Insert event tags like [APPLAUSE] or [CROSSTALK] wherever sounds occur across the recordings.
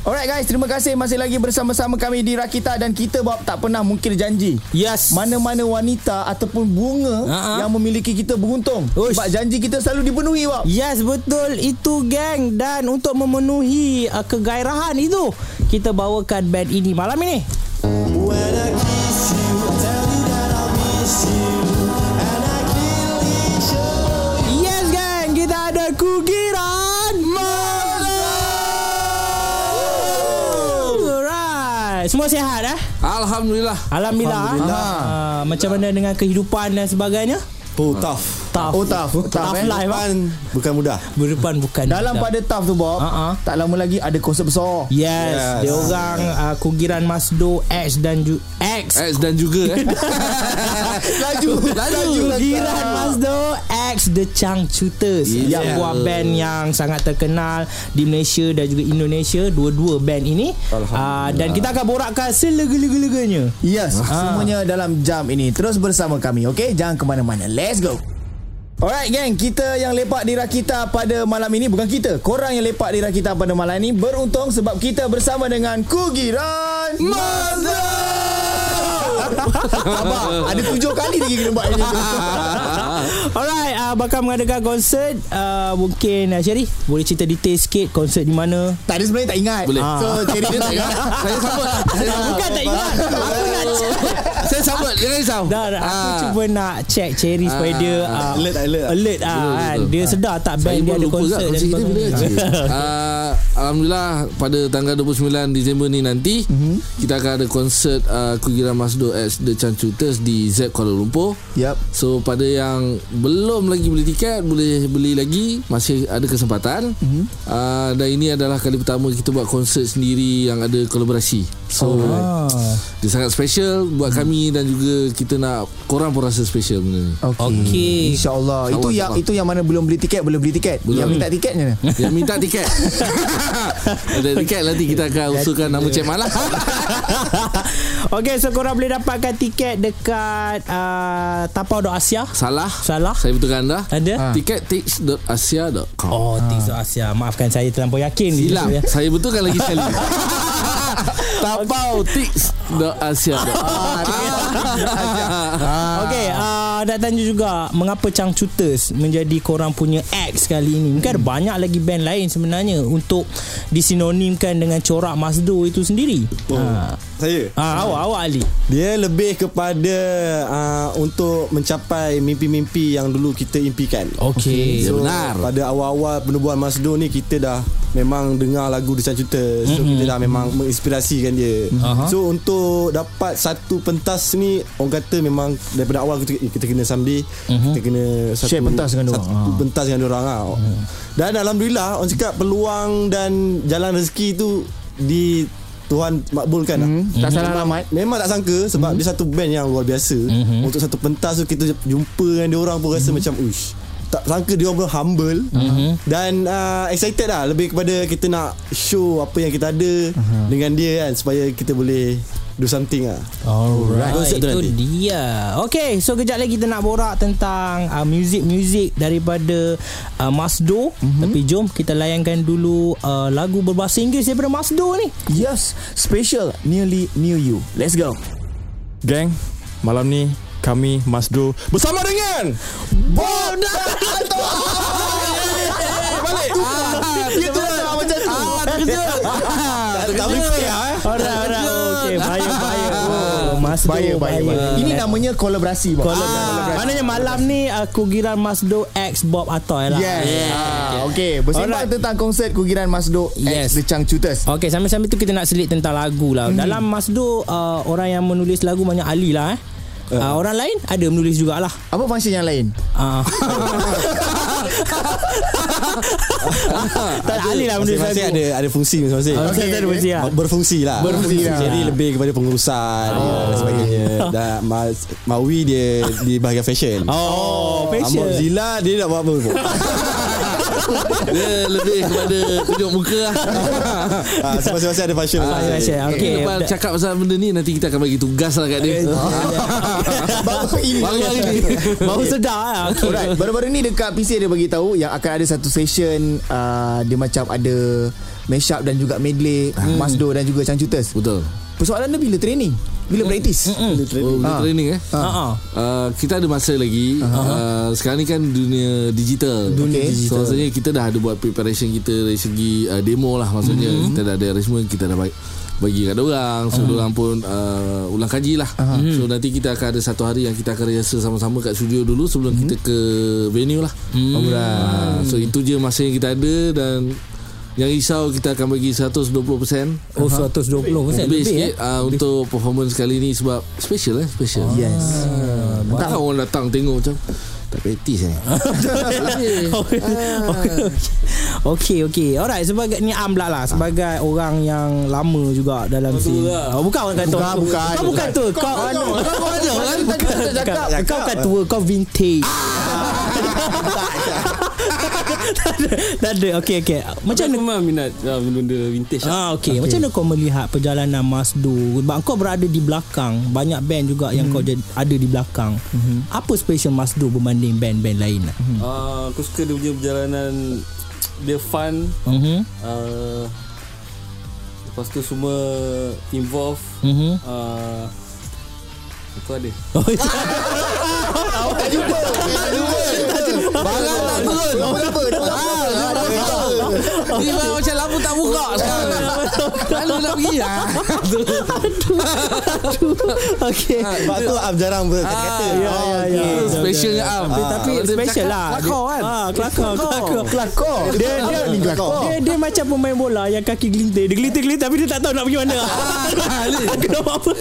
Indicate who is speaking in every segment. Speaker 1: Alright guys, terima kasih masih lagi bersama-sama kami di Rakita dan kita Bob tak pernah mungkin janji.
Speaker 2: Yes.
Speaker 1: Mana-mana wanita ataupun bunga
Speaker 2: Ha-ha.
Speaker 1: yang memiliki kita beruntung.
Speaker 2: Uish.
Speaker 1: Sebab janji kita selalu dipenuhi Bob.
Speaker 2: Yes betul itu geng dan untuk memenuhi uh, kegairahan itu kita bawakan band ini malam ini. Yes geng kita ada Kugiran Mother. Alright semua sihat eh?
Speaker 3: Alhamdulillah.
Speaker 2: Alhamdulillah.
Speaker 1: Alhamdulillah.
Speaker 2: ah. Ah, macam mana dengan kehidupan dan sebagainya?
Speaker 4: Oh tough
Speaker 2: Tough.
Speaker 1: Oh tough, tough eh.
Speaker 2: Tough life. ah.
Speaker 4: Depan bukan mudah
Speaker 2: Berdepan bukan.
Speaker 1: Dalam
Speaker 2: mudah.
Speaker 1: pada tough tu Bob,
Speaker 2: Ha-ha.
Speaker 1: tak lama lagi ada konsert besar.
Speaker 2: Yes, yes.
Speaker 4: Yes.
Speaker 2: dia orang uh, kugiran Masdo X dan ju- X.
Speaker 3: Ex dan juga
Speaker 2: [LAUGHS]
Speaker 3: eh.
Speaker 1: Laju,
Speaker 3: [LAUGHS]
Speaker 1: laju.
Speaker 2: Kugiran Masdo X The Chang Shooters
Speaker 3: Yeah.
Speaker 2: Yang buah band yang sangat terkenal Di Malaysia dan juga Indonesia Dua-dua band ini uh, Dan kita akan borakkan selega-lega-leganya
Speaker 1: Yes, semuanya dalam jam ini. Terus bersama kami, okey? Jangan ke mana-mana. Let's go. Alright geng, kita yang lepak di Rakita pada malam ini bukan kita. Korang yang lepak di Rakita pada malam ini beruntung sebab kita bersama dengan Kugiran [LAUGHS] Mazda. Abang, ada tujuh kali lagi kena buat ini.
Speaker 3: Ah.
Speaker 2: Alright, uh, bakal mengadakan konsert uh, Mungkin uh, Sherry Boleh cerita detail sikit Konsert di mana
Speaker 1: tak ada sebenarnya tak ingat.
Speaker 3: Boleh.
Speaker 1: [LAUGHS] So, Cherry
Speaker 3: Dia tak ingat. Saya sambut. Saya sambut.
Speaker 2: Bukan tak
Speaker 3: [LAUGHS]
Speaker 2: ingat Aku nak check
Speaker 3: Saya sambut. Jangan risau.
Speaker 2: Dah, dah aku
Speaker 3: Ah.
Speaker 2: cuba nak check Cherry supaya dia uh,
Speaker 4: Alert, alert.
Speaker 2: alert ah,
Speaker 3: Betul,
Speaker 2: kan.
Speaker 3: betul.
Speaker 2: Dia sedar tak
Speaker 3: Saya
Speaker 2: band dia
Speaker 3: pun
Speaker 2: ada
Speaker 3: lupa
Speaker 2: konsert
Speaker 3: juga
Speaker 2: dan
Speaker 3: kita bila
Speaker 2: sebagainya.
Speaker 3: kecil. Ah, Alhamdulillah pada tanggal 29 Disember ni nanti
Speaker 2: Mhm.
Speaker 3: mm-hmm. kita akan ada konsert uh, Kugira Masdo at The Chanchuters di Zep Kuala Lumpur.
Speaker 1: Yap.
Speaker 3: So pada yang belum lagi beli tiket boleh beli lagi masih ada kesempatan. Mm-hmm. Uh, dan ini adalah kali pertama kita buat konsert sendiri yang ada kolaborasi. So
Speaker 2: Ah.
Speaker 3: dia sangat special buat kami dan juga kita nak korang pun rasa special benda ni.
Speaker 1: Okay.
Speaker 2: Okey.
Speaker 1: InsyaAllah Itu
Speaker 3: Sabar,
Speaker 1: yang
Speaker 3: sabar.
Speaker 1: itu yang mana belum beli tiket Boleh beli tiket
Speaker 3: Belum.
Speaker 1: Yang minta tiketnya
Speaker 3: Yang minta tiket Ada tiket nanti kita akan usulkan nama Cik Malah
Speaker 2: [LAUGHS] Okey, so korang boleh dapatkan tiket dekat uh, Tapau Dok Asia.
Speaker 3: Salah
Speaker 2: Salah.
Speaker 3: Saya betulkan anda
Speaker 2: Ada?
Speaker 3: Tiket tix.asia.com
Speaker 2: Oh, Tix Dok Asia. Maafkan saya terlampau yakin.
Speaker 3: Hilang
Speaker 2: Ya.
Speaker 3: Saya betulkan lagi sekali [LAUGHS] Tapau ah, tix.asia.com Ah,
Speaker 2: Okey, uh, nak tanya juga mengapa Chang Shooters menjadi korang punya ex kali ini? Mungkin ada banyak lagi band lain sebenarnya untuk disinonimkan dengan corak Masdo itu sendiri. Ha.
Speaker 4: Saya
Speaker 2: Ah, awak awak Ali.
Speaker 4: Dia lebih kepada uh, Untuk mencapai mimpi-mimpi yang dulu kita impikan
Speaker 1: Oh,
Speaker 2: Okey.
Speaker 3: Ya, benar.
Speaker 4: Pada awal-awal penubuhan Masdo ni Kita dah memang dengar lagu Desan Cuta So kita dah memang menginspirasikan dia
Speaker 2: Aha.
Speaker 4: So untuk dapat satu pentas ni Orang kata memang daripada awal kita, kita kena someday Kita kena
Speaker 1: Mhm.
Speaker 4: satu,
Speaker 1: Share pentas dengan Ah.
Speaker 4: satu
Speaker 1: diorang.
Speaker 4: pentas dengan orang lah.
Speaker 1: Mhm.
Speaker 4: Dan Alhamdulillah orang cakap peluang dan jalan rezeki tu Di Tuhan makbulkan lah
Speaker 1: Tak salah alamat
Speaker 4: Memang tak sangka Sebab dia satu band yang luar biasa Untuk satu pentas tu Kita jumpa dengan dia orang pun Rasa macam Uish tak sangka dia orang pun humble dan uh, excited lah lebih kepada kita nak show apa yang kita ada dengan dia kan supaya kita boleh do something lah
Speaker 2: Alright
Speaker 4: Konsep tu
Speaker 2: Itu
Speaker 4: nanti.
Speaker 2: dia Okay So kejap lagi kita nak borak Tentang uh, Music-music Daripada uh, Masdo mm-hmm. Tapi jom Kita layankan dulu uh, Lagu berbahasa Inggeris Daripada Masdo ni
Speaker 1: Yes Special Nearly New You Let's go
Speaker 5: Gang, malam ni kami Masdo bersama dengan
Speaker 1: Ah, Itu lah macam tu
Speaker 3: Ah,
Speaker 4: tak, tak boleh fail
Speaker 1: ah,
Speaker 4: eh
Speaker 2: Alright alright Okay Bahaya [LAUGHS] bahaya oh, Masdo
Speaker 1: Bahaya bahaya bahaya. Ini Ah. namanya kolaborasi bang.
Speaker 2: Kolab- Maknanya malam ni uh, Kugiran Masdo X Bob Atoy lah
Speaker 1: Yes ah, Okay Bersembang
Speaker 2: Alright.
Speaker 1: tentang konsert Kugiran Masdo X
Speaker 2: Yes.
Speaker 1: The Chang Shooters
Speaker 2: Okay sambil-sambil tu kita nak selit tentang lagu lah hmm. Dalam Masdo uh, Orang yang menulis lagu Banyak Ali lah eh uh. Uh, Orang lain Ada menulis jugalah
Speaker 1: Apa function yang lain
Speaker 2: Ah. tak alih lah benda
Speaker 4: masing-masing ada ada fungsi masing-masing
Speaker 2: Okey, tak ada fungsi lah.
Speaker 4: berfungsi lah
Speaker 1: Berfungsi lah.
Speaker 4: jadi lebih kepada pengurusan ya, dan sebagainya dan Ma- Mawi dia di bahagian fashion
Speaker 2: Oh, passion.
Speaker 4: Amor Zila dia nak buat apa pun
Speaker 3: Dia lebih kepada tunjuk muka lah
Speaker 4: Ah, Semasa-masa ada fashion
Speaker 2: Ah,
Speaker 4: masing-masing.
Speaker 2: Masing-masing Okay
Speaker 3: Lepas cakap pasal benda ni Nanti kita akan bagi tugas lah kat dia Ah.
Speaker 1: [LAUGHS] Baru ini
Speaker 3: Baru hari ni
Speaker 2: Baru sedar lah okay. [LAUGHS]
Speaker 1: Alright, baru-baru ni dekat PC dia bagi tahu yang akan ada satu session uh, dia macam ada mashup dan juga medley hmm. Masdo dan juga Changcuters.
Speaker 3: [LAUGHS] Betul
Speaker 1: Persoalan dia bila training? Bila praktis?
Speaker 3: Oh benda
Speaker 1: Ah.
Speaker 3: training eh
Speaker 2: Ha ah.
Speaker 3: Uh, kita ada masa lagi uh, Sekarang ni kan dunia digital
Speaker 1: Dunia
Speaker 3: Okay.
Speaker 1: digital.
Speaker 3: So maksudnya kita dah ada buat preparation kita Dari segi uh, demo lah Maksudnya
Speaker 1: Mhm.
Speaker 3: mm-hmm. kita dah ada arrangement Kita dah bagi, bagi kat orang So mm. orang pun uh, ulang kaji lah uh-huh.
Speaker 2: Mhm.
Speaker 3: So nanti kita akan ada satu hari Yang kita akan rehearsal sama-sama kat studio dulu Sebelum
Speaker 1: Mhm.
Speaker 3: mm-hmm. kita ke venue lah
Speaker 2: Mhm.
Speaker 3: mm. uh, So itu je masa yang kita ada Dan yang risau kita akan bagi 120%
Speaker 2: Oh 120%
Speaker 3: Lebih,
Speaker 2: Lebih
Speaker 3: sikit
Speaker 2: eh
Speaker 3: uh, Untuk performance kali ni Sebab special eh Special
Speaker 1: Yes.
Speaker 3: Takkan orang datang tengok macam Tak petis ni
Speaker 2: Okay. okay, okay. Alright, sebagai ni Am pula lah sebagai orang yang lama juga dalam scene. Oh, bukan orang kata.
Speaker 1: Bukan, bukan.
Speaker 2: Kau bukan tu. Kau kau
Speaker 3: ada orang
Speaker 2: bukan. Kau kau bukan tua, kau vintage. Tak ada. Tak ada. Okay, okay. Macam mana
Speaker 6: memang minat ah, benda-benda vintage lah.
Speaker 2: Ah okey. Okay. Macam mana kau melihat perjalanan Masdo? Sebab kau berada di belakang, banyak band juga yang kau jadi, ada di belakang. Apa special Masdo berbanding band-band lain? Mhm.
Speaker 6: Ah, Aku suka dia punya perjalanan Dia fun
Speaker 2: Mhm.
Speaker 6: ah, Lepas tu semua involve
Speaker 2: Mhm.
Speaker 6: ah, Apa ada
Speaker 2: Oh, itu-
Speaker 3: Barang tak turun
Speaker 1: Apa?
Speaker 3: Ni barang macam lampu tak buka sekarang Lalu nak pergi lah
Speaker 2: Okey.
Speaker 4: Sebab tu Ab jarang berkata-kata.
Speaker 2: ya, ya.
Speaker 3: Specialnya am
Speaker 2: Tapi, tapi special lah. Kelakor kan? Ah, kelakor, kelakor.
Speaker 1: Kelakor. Dia dia ni kelakor.
Speaker 2: Dia, dia macam pemain bola yang kaki gelintir. Dia gelintir-gelintir tapi dia tak tahu nak pergi mana. [LAUGHS] Aku nak buat apa.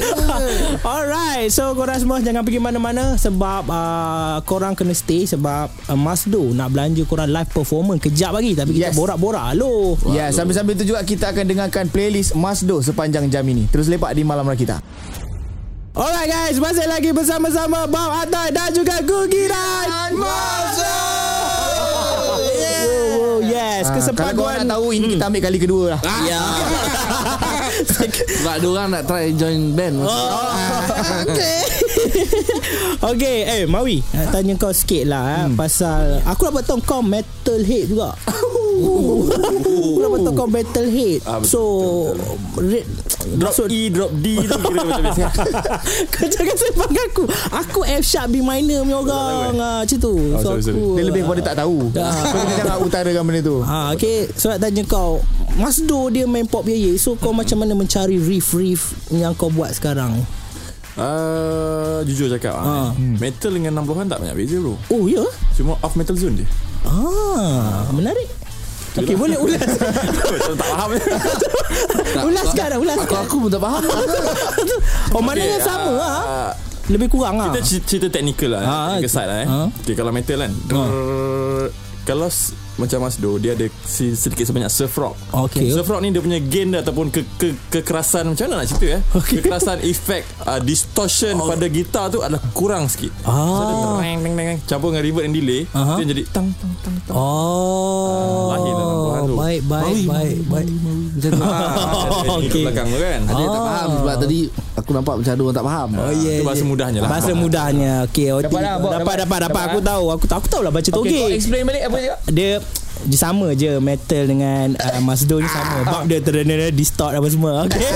Speaker 2: Alright. So korang semua jangan pergi mana-mana sebab uh, korang kena stay sebab uh, Masdo nak belanja korang live performance kejap lagi tapi kita
Speaker 1: Yes.
Speaker 2: borak-borak lo.
Speaker 1: Ya, sambil-sambil tu juga kita akan dengarkan playlist Masdo sepanjang jam ini. Terus lepak di Malam Rakita.
Speaker 2: Alright guys, masih lagi bersama-sama Bang Atai dan juga Gugiran. Yeah. Wow, wow,
Speaker 1: Ah, Kalau
Speaker 2: yes,
Speaker 1: kau
Speaker 2: kesepaduan
Speaker 1: nak tahu ini kita ambil kali kedua lah.
Speaker 3: Ya
Speaker 2: [LAUGHS]
Speaker 1: [LAUGHS]
Speaker 3: Sebab diorang nak try join band
Speaker 2: Okay Eh Mawi nak Tanya kau sikit lah hmm. Pasal Aku dapat tahu kau metalhead juga Aku dapat tahu kau metalhead ah, So red,
Speaker 6: Drop
Speaker 2: maksud-
Speaker 6: E, drop D tu kira macam biasa
Speaker 2: [LAUGHS] Kau jangan sembang aku Aku F sharp B minor punya orang ah, Macam tu So
Speaker 5: sorry, sorry.
Speaker 2: aku ah,
Speaker 1: Dia lebih kepada tak tahu.
Speaker 2: Dah.
Speaker 1: So kita jangan utarakan benda tu.
Speaker 2: Ha, okay, so nak tanya kau Masdo dia main pop yeye So kau macam mana mencari riff-riff Yang kau buat sekarang
Speaker 5: Ah, jujur cakap
Speaker 6: Ha.
Speaker 5: ah.
Speaker 2: Hmm.
Speaker 5: Metal dengan 60-an tak banyak beza bro
Speaker 2: Oh ya yeah?
Speaker 5: Cuma off metal zone je
Speaker 2: Ah, menarik Okay boleh
Speaker 5: [LAUGHS]
Speaker 2: ulas
Speaker 5: lah. Tak
Speaker 2: [LAUGHS]
Speaker 5: faham
Speaker 2: Ulaskan dah
Speaker 3: Aku
Speaker 2: Ulaskan
Speaker 3: aku pun tak faham
Speaker 2: [LAUGHS] Oh maknanya
Speaker 5: Okey,
Speaker 2: sama
Speaker 5: ah,
Speaker 2: lah Lebih kurang lah
Speaker 6: Ah.
Speaker 5: Kita cerita, Ah, cerita teknikal lah
Speaker 2: Ha,
Speaker 5: Technical side lah eh
Speaker 2: ha.
Speaker 5: okay, Kalau metal kan drrrr, Kalau s- macam Masdo Dia ada si- sedikit sebanyak surf rock
Speaker 2: Okay.
Speaker 5: Surf rock ni dia punya gain dia Ataupun ke, ke, kekerasan Macam mana nak cerita eh okay. Kekerasan efek uh, Distortion oh. pada gitar tu Adalah kurang sikit So,
Speaker 2: Ah.
Speaker 5: dia terang, teng, teng, teng, Campur dengan reverb and delay
Speaker 2: Aha.
Speaker 5: Dia jadi tang tang tang tang
Speaker 2: Oh
Speaker 5: Ah, lahir dalam Quran tu.
Speaker 2: Baik baik baik baik
Speaker 3: Macam tu
Speaker 2: [LAUGHS]
Speaker 5: oh,
Speaker 2: okey. Ah.
Speaker 5: okay. belakang tu kan
Speaker 3: Ada yang tak faham Sebab tadi Aku nampak macam ada orang tak faham
Speaker 5: Itu bahasa mudahnya lah
Speaker 2: Oh, Bahasa mudahnya Okey OT.
Speaker 1: Dapat lah, Bob,
Speaker 2: Dapat
Speaker 1: dapat.
Speaker 2: dapat dapat Aku tahu Aku tahu Aku tahu lah baca togek
Speaker 1: explain balik apa dia?
Speaker 2: Dia dia sama je metal dengan uh, Masdo ni sama
Speaker 1: Ah.
Speaker 2: bab dia terdengar distort apa semua
Speaker 1: [LAUGHS]
Speaker 2: okey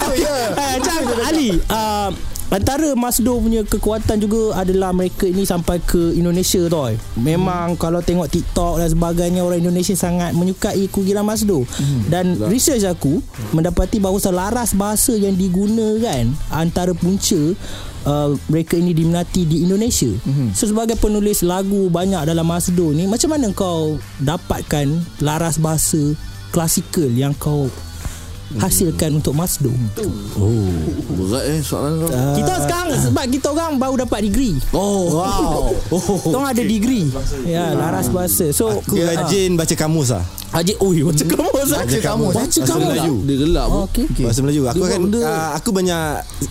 Speaker 1: Oh, ya.
Speaker 2: Eh, Macam Ali uh, Antara Masdo punya kekuatan juga adalah mereka ini sampai ke Indonesia tau. eh. Memang hmm. kalau tengok TikTok dan sebagainya orang Indonesia sangat menyukai kugilan Masdo. Hmm. Dan research aku mendapati bahawa selaras bahasa yang digunakan antara punca Uh, mereka ini diminati di Indonesia. Mm-hmm. So sebagai penulis lagu banyak dalam Masdo ni, macam mana kau dapatkan laras bahasa klasikal yang kau Hmm. hasilkan untuk Masdo?
Speaker 3: Berat eh soalan tu
Speaker 2: Kita sekarang sebab kita orang baru dapat degree.
Speaker 3: Oh wow
Speaker 2: Kita orang ada degree. Ya, laras bahasa. So
Speaker 4: Aku rajin baca kamus lah.
Speaker 2: Haji Ui Baca kamus Baca
Speaker 1: kamus, eh?
Speaker 2: Baca
Speaker 4: Bahasa
Speaker 2: kamus
Speaker 4: Melayu. Ah,
Speaker 3: Dia gelap
Speaker 2: Oh, okay.
Speaker 1: Okey.
Speaker 4: Bahasa Melayu Aku
Speaker 3: Dia
Speaker 4: kan
Speaker 3: buat benda.
Speaker 4: uh, Aku banyak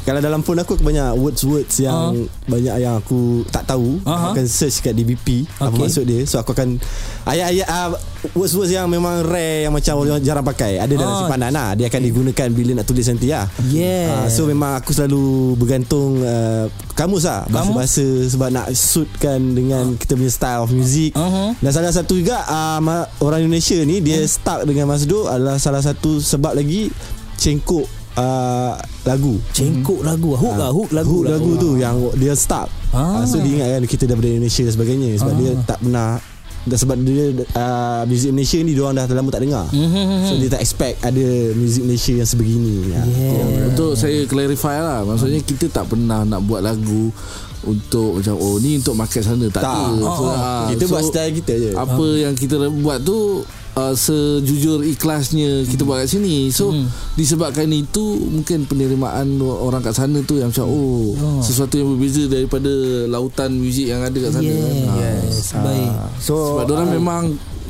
Speaker 4: Kalau dalam phone aku Aku banyak words-words Yang
Speaker 2: Ah.
Speaker 4: Banyak yang aku Tak tahu Aku
Speaker 2: Aha.
Speaker 4: akan search kat DBP Apa
Speaker 2: Okey.
Speaker 4: maksud dia So aku akan Ayat-ayat uh, Words-words yang memang rare Yang macam orang jarang pakai Ada dalam
Speaker 2: Ah.
Speaker 4: simpanan lah Dia akan digunakan Bila nak tulis nanti lah
Speaker 2: Yeah.
Speaker 4: Ah, So memang aku selalu Bergantung uh, Kamus Ah. lah Bahasa-bahasa Sebab nak suitkan Dengan kita punya style of music
Speaker 2: Aha.
Speaker 4: Dan salah satu juga uh, ma- Orang Indonesia ni Dia stuck dengan Masdo Adalah salah satu sebab lagi Cengkok uh, Lagu
Speaker 2: Cengkok lagu Hook lah Hook lagu
Speaker 4: Hook Mhm. Ah, lagu tu Yang dia stuck
Speaker 2: Ah.
Speaker 4: ah. So dia ingatkan kita daripada Indonesia dan sebagainya Sebab dia tak pernah dan sebab dia uh, Music Malaysia ni Diorang dah lama tak dengar
Speaker 2: Mm-hmm.
Speaker 4: So dia tak expect Ada music Malaysia yang sebegini Hmm. yeah.
Speaker 3: Oh, Untuk saya clarify lah Maksudnya kita tak pernah nak buat lagu Untuk macam Oh ni untuk market sana Tak,
Speaker 4: Tak.
Speaker 3: ada so, ah,
Speaker 4: Kita
Speaker 3: so,
Speaker 4: buat style kita je
Speaker 3: Apa yang kita buat tu uh, Sejujur ikhlasnya
Speaker 2: Hmm.
Speaker 3: Kita buat kat sini So disebabkan itu Mungkin penerimaan orang kat sana tu Yang macam oh,
Speaker 2: Hmm.
Speaker 3: Sesuatu yang berbeza Daripada lautan muzik yang ada kat sana Ah.
Speaker 2: Yes Oh, Baik
Speaker 1: So
Speaker 3: Sebab diorang memang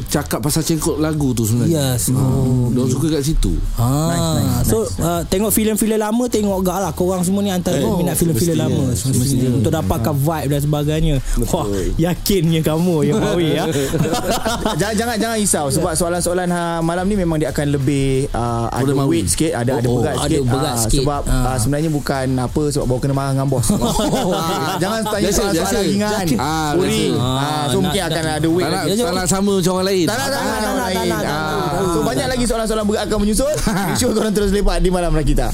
Speaker 3: Cakap pasal cengkok lagu tu sebenarnya Ha.
Speaker 2: Yes Oh
Speaker 3: Diorang suka kat situ
Speaker 2: Ah,
Speaker 1: Nice, nice, nice.
Speaker 2: so uh, tengok filem-filem lama tengok gak lah korang semua ni antara
Speaker 4: Eh,
Speaker 2: oh, minat filem-filem lama semestinya untuk dapatkan
Speaker 4: Ah.
Speaker 2: vibe dan sebagainya. Wah, yakinnya kamu yang Mawi ya.
Speaker 4: [LAUGHS]
Speaker 1: [LAUGHS] jangan jangan jangan risau sebab soalan-soalan ha, malam ni memang dia akan lebih uh, ada
Speaker 3: Mawi.
Speaker 1: weight sikit, ada ada
Speaker 3: Oh, oh,
Speaker 1: berat
Speaker 2: ada
Speaker 1: sikit.
Speaker 2: berat
Speaker 1: Ah,
Speaker 2: sikit.
Speaker 1: sebab
Speaker 2: Ah.
Speaker 1: ah, sebenarnya bukan apa sebab bawa kena marah dengan
Speaker 2: [LAUGHS]
Speaker 1: bos. Ah, jangan tanya
Speaker 3: Biasa,
Speaker 1: soalan-soalan
Speaker 3: biasa.
Speaker 1: ringan.
Speaker 3: Ah,
Speaker 1: Uri.
Speaker 3: biasa.
Speaker 1: Ah, so
Speaker 2: Ah,
Speaker 1: mungkin
Speaker 2: nak-
Speaker 1: akan
Speaker 2: nak-
Speaker 1: ada weight.
Speaker 3: tak nak,
Speaker 1: lagi.
Speaker 3: tak nak sama macam orang lain
Speaker 1: Tak nak, tak nak,
Speaker 2: tak nak,
Speaker 1: tak
Speaker 2: tak
Speaker 1: nak,
Speaker 2: nak, tak nak, tak
Speaker 1: Ah,
Speaker 2: nak.
Speaker 1: So banyak lagi soalan-soalan berat akan
Speaker 2: [LAUGHS]
Speaker 1: menyusul. Make sure korang terus lepak di Malam Rakita.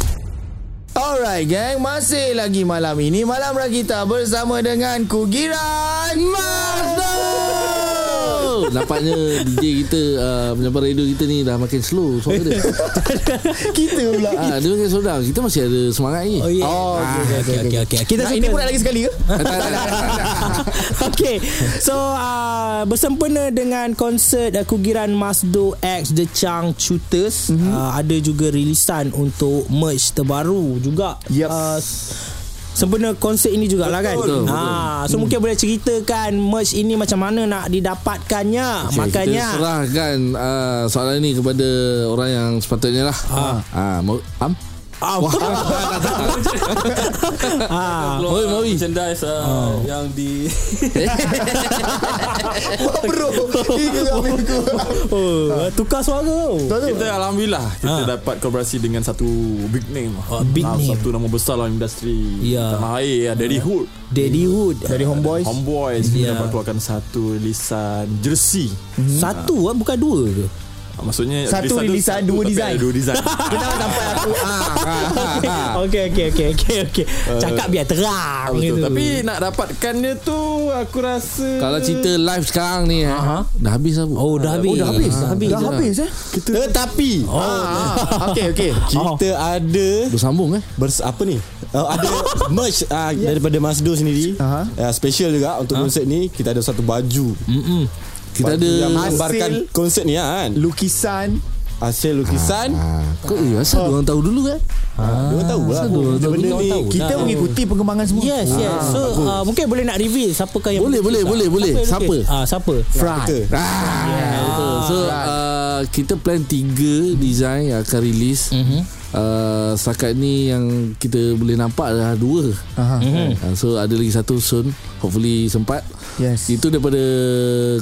Speaker 1: Alright geng, masih lagi malam ini Malam Rakita bersama dengan Kugiran
Speaker 2: [LAUGHS]
Speaker 1: Mazda.
Speaker 3: Oh, Nampaknya DJ kita uh, Penyampai radio kita ni Dah makin slow Suara
Speaker 1: [LAUGHS]
Speaker 3: dia
Speaker 1: Kita pula.
Speaker 3: Ah, Dia makin slow down Kita masih ada semangat ni
Speaker 2: Oh, yeah.
Speaker 1: Oh, okey, okey,
Speaker 2: okey okey okey. Kita
Speaker 1: Nah,
Speaker 2: suka-
Speaker 1: ini pun
Speaker 2: [LAUGHS]
Speaker 1: nak lagi sekali ke?
Speaker 3: Ah, tak, tak, tak, tak, tak.
Speaker 2: Okey. So uh, bersempena dengan konsert uh, Kugiran Masdo X The Chang Shooters mm-hmm. uh, ada juga rilisan untuk merch terbaru juga.
Speaker 1: Yep.
Speaker 2: Uh, sempena konsert ini jugalah kan.
Speaker 3: Betul,
Speaker 2: ha so mungkin boleh ceritakan merch ini macam mana nak didapatkannya. Okay, Makanya
Speaker 3: Kita serahkan uh, Soalan ni kepada Orang yang sepatutnya lah ha. Ah, mau, Am
Speaker 2: Ah, ah,
Speaker 6: Keluar
Speaker 3: Oi, Mawi.
Speaker 6: merchandise ah, yang di
Speaker 1: Wah, bro. Ini juga minggu.
Speaker 2: oh, tukar suara. tu.
Speaker 5: [LAUGHS] Kita alhamdulillah kita ha. dapat kolaborasi dengan satu big name.
Speaker 2: Ah, big
Speaker 5: Ah,
Speaker 2: name.
Speaker 5: Satu nama besar dalam industri
Speaker 2: Ya.
Speaker 5: tanah air ya, Daddy Hood.
Speaker 2: Daddy Hood.
Speaker 1: Dari Homeboys.
Speaker 5: Homeboys
Speaker 2: Ya.
Speaker 5: yeah. dapat keluarkan satu lisan jersey.
Speaker 2: Satu ah bukan dua ke?
Speaker 5: Ah, Maksudnya
Speaker 1: Satu rilisan, dua
Speaker 5: tapi
Speaker 1: design.
Speaker 5: ada Dua
Speaker 2: [LAUGHS]
Speaker 5: design.
Speaker 1: Kenapa sampai aku ah.
Speaker 2: Okey okey okey okey okey. Cakap biar terang
Speaker 5: Ah, Betul.
Speaker 2: gitu.
Speaker 5: Tapi nak dapatkannya tu aku rasa
Speaker 3: [LAUGHS] Kalau cerita live sekarang ni eh,
Speaker 2: Aha.
Speaker 3: Dah habis lah
Speaker 2: Oh dah habis.
Speaker 1: Oh, dah habis.
Speaker 2: Dah habis.
Speaker 1: Dah habis eh?
Speaker 4: Tetapi
Speaker 1: Oh. Ah, okey, okey.
Speaker 4: Kita ada
Speaker 3: Bersambung eh
Speaker 4: bers, apa ni? Uh, ada merch uh, yeah. daripada Masdo sendiri.
Speaker 1: Aha.
Speaker 4: Uh-huh. Uh, special juga untuk uh-huh. konsert ni kita ada satu baju.
Speaker 3: Kita
Speaker 4: Baju
Speaker 3: ada
Speaker 4: yang menggambarkan
Speaker 1: hasil-
Speaker 4: konsert ni lah kan.
Speaker 1: Lukisan
Speaker 4: Hasil lukisan.
Speaker 3: ah, Kok eh Asal orang tahu dulu kan
Speaker 4: Uh, dia tahu lah.
Speaker 3: Asal diorang tahu
Speaker 4: Benda
Speaker 3: dulu?
Speaker 4: ni
Speaker 3: Tahu
Speaker 1: kita
Speaker 2: dah.
Speaker 1: mengikuti perkembangan semua. Ah,
Speaker 2: Yes, yes. So uh, mungkin boleh nak reveal siapakah yang
Speaker 3: Boleh, boleh,
Speaker 2: melukis
Speaker 3: boleh, boleh.
Speaker 2: Siapa? yang melukis?
Speaker 3: Siapa?
Speaker 2: Ah, siapa?
Speaker 1: Fry.
Speaker 4: kita.
Speaker 3: Ah, betul. So uh, kita plan tiga design yang akan release. Mm-hmm. Uh, setakat ni yang kita boleh nampak adalah dua.
Speaker 1: Aha.
Speaker 2: Hmm.
Speaker 3: Uh, so ada lagi satu soon. Hopefully sempat.
Speaker 1: Yes.
Speaker 3: Itu daripada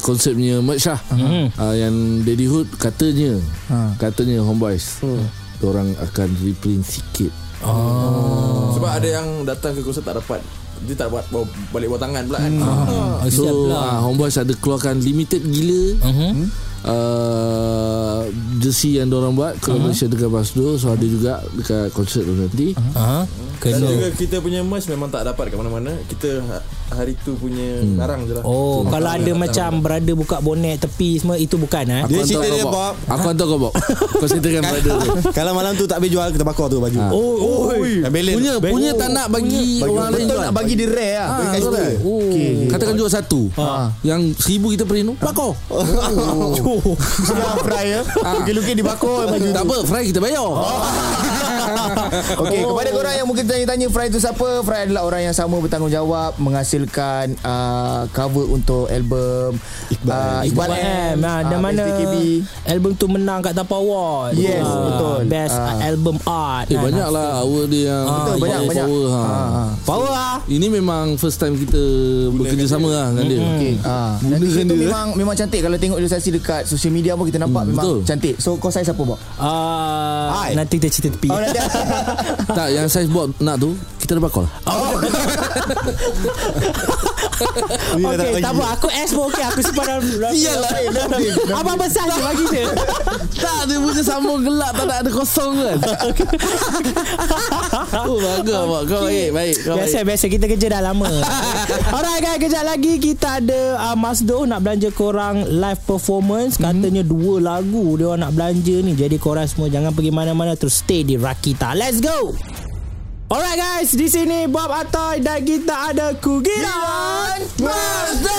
Speaker 3: konsepnya merch lah. Mm-hmm. Uh, yang Daddy Hood katanya,
Speaker 1: Ha.
Speaker 3: katanya Homeboys. Mm. Orang akan reprint sikit.
Speaker 5: sebab ada yang datang ke konsert tak dapat dia tak buat bawa- balik buat tangan pula kan.
Speaker 2: Ah, siap lah. Mhm.
Speaker 3: So uh, Homeboys ada keluarkan limited gila uh-huh. uh, Jersey yang diorang buat Collaboration uh-huh. dengan Basdo So ada juga dekat konsert tu nanti
Speaker 2: Ha?
Speaker 3: uh-huh.
Speaker 6: dan
Speaker 2: Kena.
Speaker 6: juga kita punya merch memang tak dapat kat mana-mana. Kita ha- hari tu punya hmm. larang je lah.
Speaker 2: Oh, kalau ada macam berada buka bonet tepi semua itu bukan eh.
Speaker 4: Dia cerita dia, Bob.
Speaker 3: Aku hantar kau Bob Kau
Speaker 4: [LAUGHS]
Speaker 3: ceritakan pada dia
Speaker 4: [LAUGHS] Kalau malam tu tak boleh jual kita bakar tu baju.
Speaker 2: Oh, oh.
Speaker 4: Dah balance.
Speaker 3: Punya punya tak nak bagi orang lain
Speaker 1: Betul
Speaker 3: jual
Speaker 1: nak bagi dia rare lah.
Speaker 4: Bagi kat
Speaker 3: betul.
Speaker 4: kita.
Speaker 3: Oh.
Speaker 1: Okey, okey.
Speaker 3: Katakan jual satu Yang seribu kita print tu Bakar
Speaker 1: [LAUGHS]
Speaker 3: [LAUGHS]
Speaker 1: Sudah fry ya. Lukis-lukis dibakar baju.
Speaker 3: Tak apa Fry kita bayar
Speaker 1: Okey, oh. kepada korang yang mungkin tanya-tanya Fry itu siapa? Fry adalah orang yang sama bertanggungjawab menghasilkan uh, cover untuk album Iqbal, uh, Iqbal,
Speaker 2: Iqbal M ha,
Speaker 1: ah,
Speaker 2: Dan
Speaker 1: Best
Speaker 2: mana
Speaker 1: DKB.
Speaker 2: Album tu menang kat Tapa Award
Speaker 1: Yes, betul.
Speaker 2: Best
Speaker 1: Ah.
Speaker 2: album art
Speaker 3: Eh banyaklah hour dia yang
Speaker 1: Betul, Ah,
Speaker 3: yang
Speaker 1: banyak, banyak.
Speaker 3: power, ha.
Speaker 1: Ah,
Speaker 2: Power lah
Speaker 3: Ini memang first time kita bekerjasama lah dengan dia.
Speaker 1: Okey. Ah,
Speaker 3: Guna
Speaker 1: dan
Speaker 3: kan
Speaker 1: dia tu
Speaker 3: dia,
Speaker 1: memang memang cantik kalau tengok ilustrasi dekat social media pun kita nampak
Speaker 3: Hmm,
Speaker 1: memang
Speaker 3: betul.
Speaker 1: cantik. So kau saya siapa, Bob?
Speaker 2: Ah, Nanti kita cerita tepi
Speaker 1: Oh, nanti.
Speaker 3: [LAUGHS] Tak yang size Bob nak tu kita dapat call.
Speaker 2: Ah, Okay tak apa Aku S pun okay Aku simpan dalam Iyalah Apa-apa sahaja bagi dia
Speaker 3: Eh, lah, tak dia punya sambung gelap tak ada, ada kosong
Speaker 2: [LAUGHS]
Speaker 3: kan. oh bagus Bob. Kau baik baik. Kau
Speaker 2: Biasa
Speaker 3: baik.
Speaker 2: biasa kita kerja dah lama. Alright guys, kejap lagi kita ada uh, Masdo nak belanja korang live performance. Katanya dua lagu dia orang nak belanja ni. Jadi korang semua jangan pergi mana-mana terus stay di Rakita. Let's go. Alright guys, di sini Bob Atoy dan kita ada Kugilan Masdo.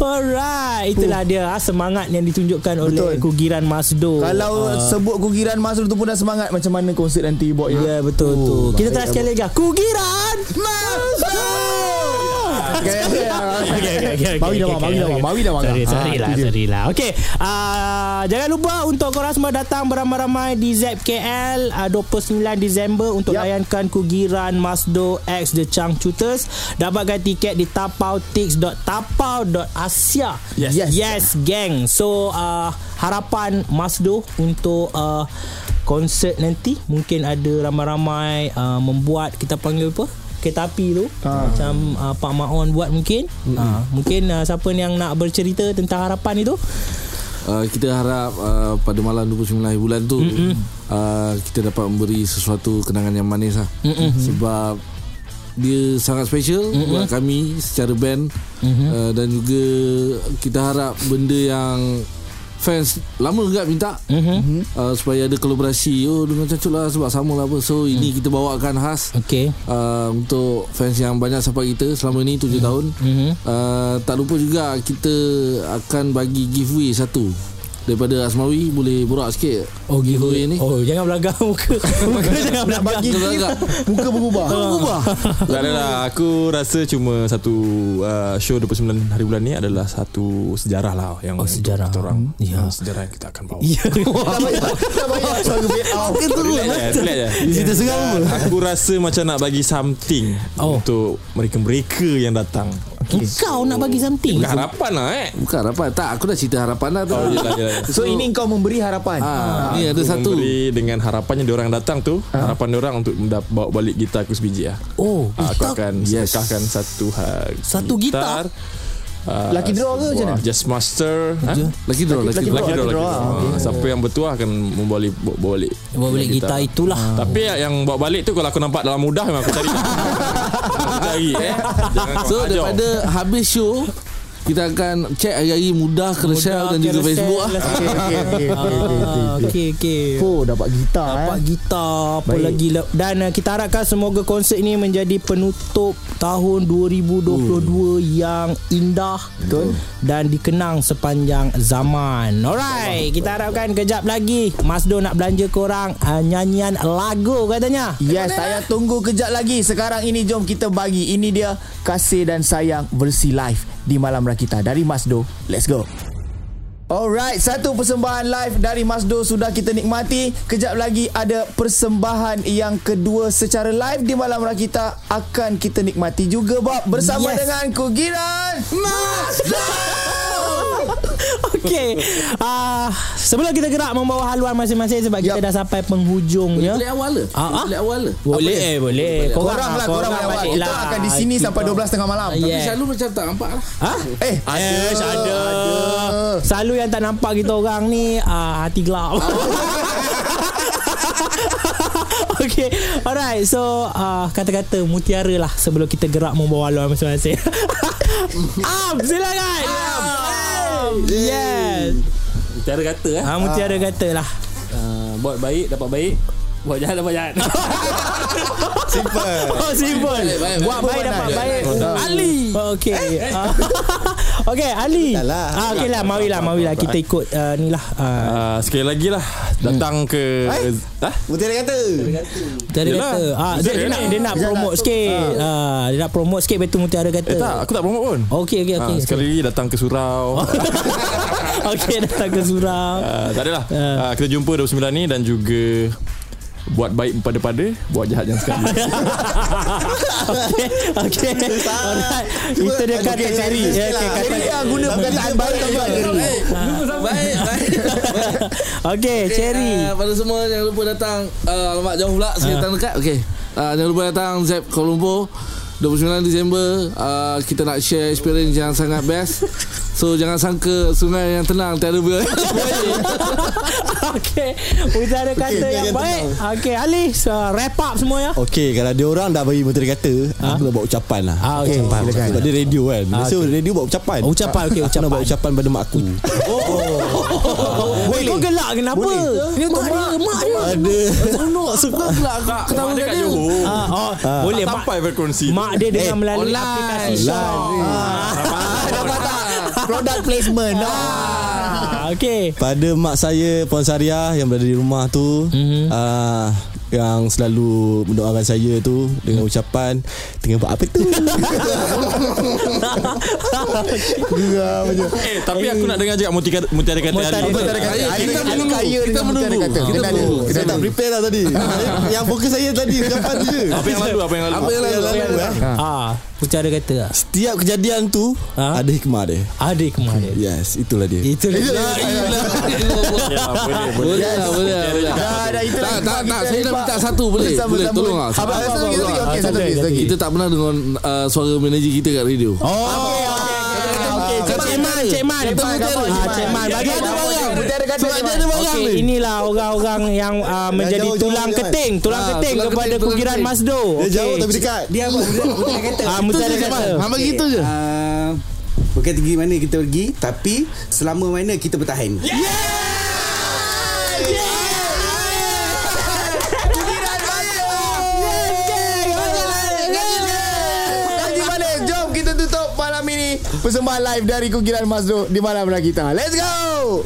Speaker 2: Alright, itulah dia ah, semangat yang ditunjukkan
Speaker 1: Betul.
Speaker 2: oleh Kugiran
Speaker 1: [LAUGHS]
Speaker 2: Masdo.
Speaker 1: Kalau
Speaker 2: Ah.
Speaker 1: sebut kugiran Mazrul tu pun dah semangat macam mana konsert nanti Bob ya.
Speaker 2: Ya yeah, betul oh, tu. Kita
Speaker 1: baik,
Speaker 2: try sekali lagi. Kugiran Masa.
Speaker 1: [LAUGHS] Okay, okay, [LAUGHS] okay, okay,
Speaker 2: [LAUGHS]
Speaker 1: okay, Bawi dah bang, bawi dah bang, bawi dah bang.
Speaker 2: Sorry, sorry
Speaker 1: Ah,
Speaker 2: lah,
Speaker 1: tu dia.
Speaker 2: sorry lah. Okay, uh, jangan lupa untuk korang semua datang beramai-ramai di ZKL uh, 29 Disember untuk
Speaker 1: Yup.
Speaker 2: yep. layankan kugiran Masdo X The Chang Tutors. Dapatkan tiket di tapautix.tapau.asia.
Speaker 1: Yes.
Speaker 2: yes, yes gang. So, uh, harapan Masdo untuk uh, konsert nanti mungkin ada ramai-ramai uh, membuat kita panggil apa? kereta api tu ha. macam uh, Pak Maon buat mungkin ha, mungkin uh, siapa ni yang nak bercerita tentang harapan itu
Speaker 3: Uh, kita harap uh, pada malam 29 bulan tu uh, kita dapat memberi sesuatu kenangan yang manis lah. Sebab dia sangat special
Speaker 2: Hmm.
Speaker 3: Mm-mm. buat kami secara band mm-hmm. uh, dan juga kita harap benda yang fans lama juga minta
Speaker 2: Hmm.
Speaker 3: mm-hmm. uh, supaya ada kolaborasi oh dengan Cacut lah sebab sama lah apa
Speaker 2: Hmm.
Speaker 3: so mm. ini kita bawakan khas
Speaker 2: okey
Speaker 3: uh, untuk fans yang banyak support kita selama ni 7 tahun.
Speaker 2: Mhm.
Speaker 3: Uh, tak lupa juga kita akan bagi giveaway satu daripada Asmawi boleh borak sikit.
Speaker 2: Oh
Speaker 3: giveaway ni.
Speaker 2: Oh jangan belagak muka Muka
Speaker 1: Nak
Speaker 2: jangan belagak
Speaker 1: bagi
Speaker 3: Gelak-
Speaker 1: gift
Speaker 3: gelak.
Speaker 1: muka berubah.
Speaker 3: Berubah.
Speaker 5: Tak adalah Aku rasa cuma Satu uh, show 29 hari bulan ni Adalah satu Sejarah lah Yang
Speaker 2: Oh, sejarah.
Speaker 5: Kita orang
Speaker 2: Hmm. Ya.
Speaker 5: yang Sejarah yang kita akan bawa
Speaker 2: Ya
Speaker 1: Tak payah, tak payah. [LAUGHS] Suara fade out.
Speaker 5: Relax je, relax je.
Speaker 4: Cerita seram apa?
Speaker 5: Ya, Aku rasa macam nak bagi something
Speaker 2: Oh.
Speaker 5: Untuk mereka-mereka yang datang
Speaker 2: Kau nak bagi something
Speaker 5: Bukan harapan lah eh
Speaker 3: Bukan harapan tak aku dah cerita harapan lah tu.
Speaker 5: Oh, yelah, yelah.
Speaker 1: So ini kau memberi harapan.
Speaker 3: Ah, ni ada
Speaker 5: Aku
Speaker 3: satu.
Speaker 5: memberi Dengan harapannya Diorang datang tu Harapan diorang untuk mendap- Bawa balik gitar aku sebiji lah
Speaker 2: Oh
Speaker 5: Ah, Aku
Speaker 2: tak-
Speaker 5: akan
Speaker 3: Yes.
Speaker 5: sedekahkan satu ha,
Speaker 2: Satu gitar?
Speaker 5: Ah,
Speaker 1: Lucky draw ke macam mana?
Speaker 5: sebuah Just master ha?
Speaker 3: Lagi draw lagi
Speaker 5: Lucky
Speaker 3: draw.
Speaker 5: draw, lucky
Speaker 1: lucky
Speaker 5: draw,
Speaker 1: draw, ah,
Speaker 5: Ah, Siapa yang bertuah akan membawa balik Bawa balik, lah.
Speaker 2: Bawa balik gitar itulah
Speaker 4: Ah.
Speaker 5: Tapi yang bawa balik tu Kalau aku nampak dalam mudah Memang aku [LAUGHS] cari Aku cari eh Jangan kau
Speaker 3: So
Speaker 5: kacau.
Speaker 3: daripada habis show kita akan check hari-hari mudah Carousel dan juga
Speaker 2: Carousel,
Speaker 3: Facebook lah.
Speaker 1: Okey, okey, okey, okey, okey, okey,
Speaker 2: Ah,
Speaker 1: okey.
Speaker 2: Okey okey
Speaker 1: Oh, dapat gitar
Speaker 2: Dapat
Speaker 1: eh.
Speaker 2: gitar Apa
Speaker 1: Baik.
Speaker 2: lagi lah. Dan uh, kita harapkan Semoga konsert ini Menjadi penutup Tahun 2022
Speaker 1: Hmm.
Speaker 2: Yang indah Betul Dan dikenang Sepanjang zaman Alright Kita harapkan Kejap lagi Masdo nak belanja korang uh, Nyanyian lagu
Speaker 1: [LAUGHS]
Speaker 2: katanya
Speaker 1: Yes, saya tunggu kejap lagi. Sekarang ini jom kita bagi. Ini dia Kasih dan Sayang versi live di Malam Rakita dari Masdo. Let's go. Alright, satu persembahan live dari Masdo sudah kita nikmati. Kejap lagi ada persembahan yang kedua secara live di Malam Rakita akan kita nikmati juga Bob bersama
Speaker 2: Yes.
Speaker 1: yes. dengan Kugiran Masdo.
Speaker 2: Okey. Ah, sebelum kita gerak membawa haluan masing-masing sebab yep. kita
Speaker 1: Yup.
Speaker 2: dah sampai penghujungnya.
Speaker 3: Boleh awal le?
Speaker 2: Ah, ah.
Speaker 3: Boleh awal le?
Speaker 2: Boleh eh, boleh.
Speaker 1: lah. Korang lah, Ah, korang yang awal. Kita akan di sini sampai 12.30 malam.
Speaker 2: Yes.
Speaker 3: Tapi selalu macam tak nampak lah.
Speaker 2: Ha?
Speaker 1: Eh,
Speaker 2: Yes, ada.
Speaker 1: Ah,
Speaker 2: Selalu yang tak nampak kita orang ni uh, hati gelap. okay Alright So uh, Kata-kata mutiara lah Sebelum kita gerak Membawa luar masing-masing [LAUGHS] Am Silakan Am Yes
Speaker 7: Cara kata eh
Speaker 2: ha, Mutiara kata lah
Speaker 7: uh, Buat baik dapat baik Buat jahat dapat
Speaker 3: [LAUGHS]
Speaker 7: jahat
Speaker 2: Oh simple [LAUGHS] Oh,
Speaker 3: baik, baik.
Speaker 2: Buat baik dapat baik
Speaker 1: Baik.
Speaker 2: Ali Okay Ah. [LAUGHS] Okay Ali
Speaker 4: Tak lah.
Speaker 2: ah, Okay lah Mawi lah Mawi lah Kita ikut uh, ni lah uh,
Speaker 5: Ah, sekali lagi lah datang ke ha?
Speaker 4: Mutiara kata.
Speaker 2: Mutiara
Speaker 5: Yelah.
Speaker 2: kata ah, dia, dia,
Speaker 5: Sekejap
Speaker 2: nak,
Speaker 5: ni.
Speaker 2: dia nak promote sikit ah, Dia nak promote sikit Betul Mutiara kata
Speaker 5: Eh tak, aku tak promote pun.
Speaker 2: Okay okay okay
Speaker 5: Ah, sekali lagi datang ke surau.
Speaker 2: Okay datang ke surau
Speaker 5: [LAUGHS] Ah, tak adalah.
Speaker 2: Ah.
Speaker 5: Ah, kita jumpa 29 ni dan juga buat baik pada-pada, buat jahat yang sekali. [LAUGHS]
Speaker 2: Okay Okay Alright Kita dia kata
Speaker 4: advocate
Speaker 2: cari
Speaker 4: sekali
Speaker 2: Okay
Speaker 4: lah.
Speaker 2: kata
Speaker 4: Jadi
Speaker 3: ah,
Speaker 4: dia guna
Speaker 2: Tapi
Speaker 4: perkataan
Speaker 2: dia-
Speaker 4: baik
Speaker 3: lah.
Speaker 4: juga.
Speaker 3: Eh,
Speaker 7: Baik Baik Baik
Speaker 2: Okay Cherry [LAUGHS]
Speaker 3: Uh, pada semua jangan lupa datang uh, Alamak jauh pula Saya datang dekat Okay uh, Jangan lupa datang Zep Kuala Lumpur 29 Disember uh, Kita nak share experience yang sangat best So jangan sangka Sungai yang tenang Tiada buaya
Speaker 2: Okay Mutiara kata
Speaker 4: Okey,
Speaker 2: yang
Speaker 4: jangan
Speaker 2: baik Okay Ali so, Wrap up semua ya
Speaker 4: Okey, kalau dia orang dah bagi mutiara kata, aku nak buat ucapan lah.
Speaker 2: Ah, okay,
Speaker 4: Silakan. Sebab dia radio kan.
Speaker 5: Ah,
Speaker 4: Biasa
Speaker 2: okey.
Speaker 4: radio buat ucapan.
Speaker 2: Oh, ucapan, okey,
Speaker 4: Aku nak buat ucapan pada mak aku.
Speaker 2: Boleh. Kau gelak kenapa? Ini untuk mak dia, mak dia.
Speaker 4: Ada Seronok Suka pula aku
Speaker 5: Ketawa dekat Johor.
Speaker 2: Ah, oh, boleh mak
Speaker 5: Sampai berkongsi.
Speaker 2: mak dia dengan melalui
Speaker 3: online.
Speaker 2: aplikasi shop.
Speaker 1: Nampak tak? Product placement. Ah.
Speaker 2: Ah, okay.
Speaker 4: Pada mak saya Puan Saria Yang berada di rumah tu mm-hmm. uh, Yang selalu Mendoakan saya tu Dengan ucapan Tengah buat apa tu
Speaker 1: Geram je.
Speaker 5: Eh, tapi aku nak dengar juga mutiara mutiara kata
Speaker 2: Mutiara kata.
Speaker 5: hari.
Speaker 1: Mutiara kata.
Speaker 3: Kita
Speaker 1: Kita
Speaker 3: menunggu.
Speaker 1: kaya
Speaker 3: Kita
Speaker 1: dengan mutiara
Speaker 3: menunggu.
Speaker 1: kata.
Speaker 3: Kita
Speaker 1: Kita ada.
Speaker 3: menunggu.
Speaker 1: Kita
Speaker 4: Saya
Speaker 1: ada.
Speaker 4: tak prepare dah tadi Yang fokus saya tadi Ucapan tu je
Speaker 5: Apa yang lalu? Apa yang lalu?
Speaker 3: Apa yang lalu, lalu, lalu,
Speaker 4: eh?
Speaker 2: Ah, Mutiara kata lah.
Speaker 4: Setiap kejadian tu
Speaker 2: Ha?
Speaker 4: Ada hikmah dia
Speaker 2: Ada kemarin.
Speaker 4: Yes Itulah dia
Speaker 2: Itu dia.
Speaker 5: Ya, boleh, boleh.
Speaker 3: Boleh lah Boleh lah boleh lah.
Speaker 1: Dah, dah, itu
Speaker 3: Tak
Speaker 1: lagi.
Speaker 3: tak tak
Speaker 1: Kita
Speaker 3: Saya nak
Speaker 1: lepak.
Speaker 3: minta satu Boleh
Speaker 1: Bersama-sama.
Speaker 3: Boleh tolong lah
Speaker 1: Abang, abang, abang, abang, abang. Okey, satu lagi, satu lagi.
Speaker 3: Kita tak pernah dengar uh, Suara manager kita kat radio
Speaker 2: Ah,
Speaker 1: Okey, okey, okey.
Speaker 3: Kata
Speaker 1: Okey,
Speaker 3: Cik Man Cik Man Kata
Speaker 1: Man,
Speaker 3: Mutiara
Speaker 1: come on, Cik
Speaker 3: Ah, Cik
Speaker 1: Man.
Speaker 3: Man Bagi
Speaker 1: Cik
Speaker 3: ada
Speaker 1: Man.
Speaker 3: barang
Speaker 1: Mutiara kata,
Speaker 3: Sebab
Speaker 1: Cik
Speaker 3: dia
Speaker 1: Man.
Speaker 3: ada barang
Speaker 2: Okey,
Speaker 3: ni
Speaker 2: inilah orang-orang yang ah, menjadi
Speaker 4: jauh,
Speaker 2: tulang
Speaker 4: jauh,
Speaker 2: keting, tulang
Speaker 3: Ah,
Speaker 2: keting
Speaker 3: tulang
Speaker 2: kepada
Speaker 3: keting, tulang
Speaker 2: kugiran
Speaker 3: keting.
Speaker 2: Mas Do.
Speaker 4: Dia jauh
Speaker 2: Okey.
Speaker 4: tapi dekat
Speaker 8: Dia buat Mutiara kata
Speaker 2: Ah,
Speaker 3: Itu
Speaker 2: Mutiara
Speaker 3: je Cik
Speaker 2: kata.
Speaker 3: Man Hamba gitu je
Speaker 8: Ah, Bukan tinggi mana kita pergi Tapi Selama mana kita bertahan
Speaker 1: Lagi balik. Jom kita tutup malam ini. Persembahan live dari Kukiran Mazdo di malam kita. Let's go!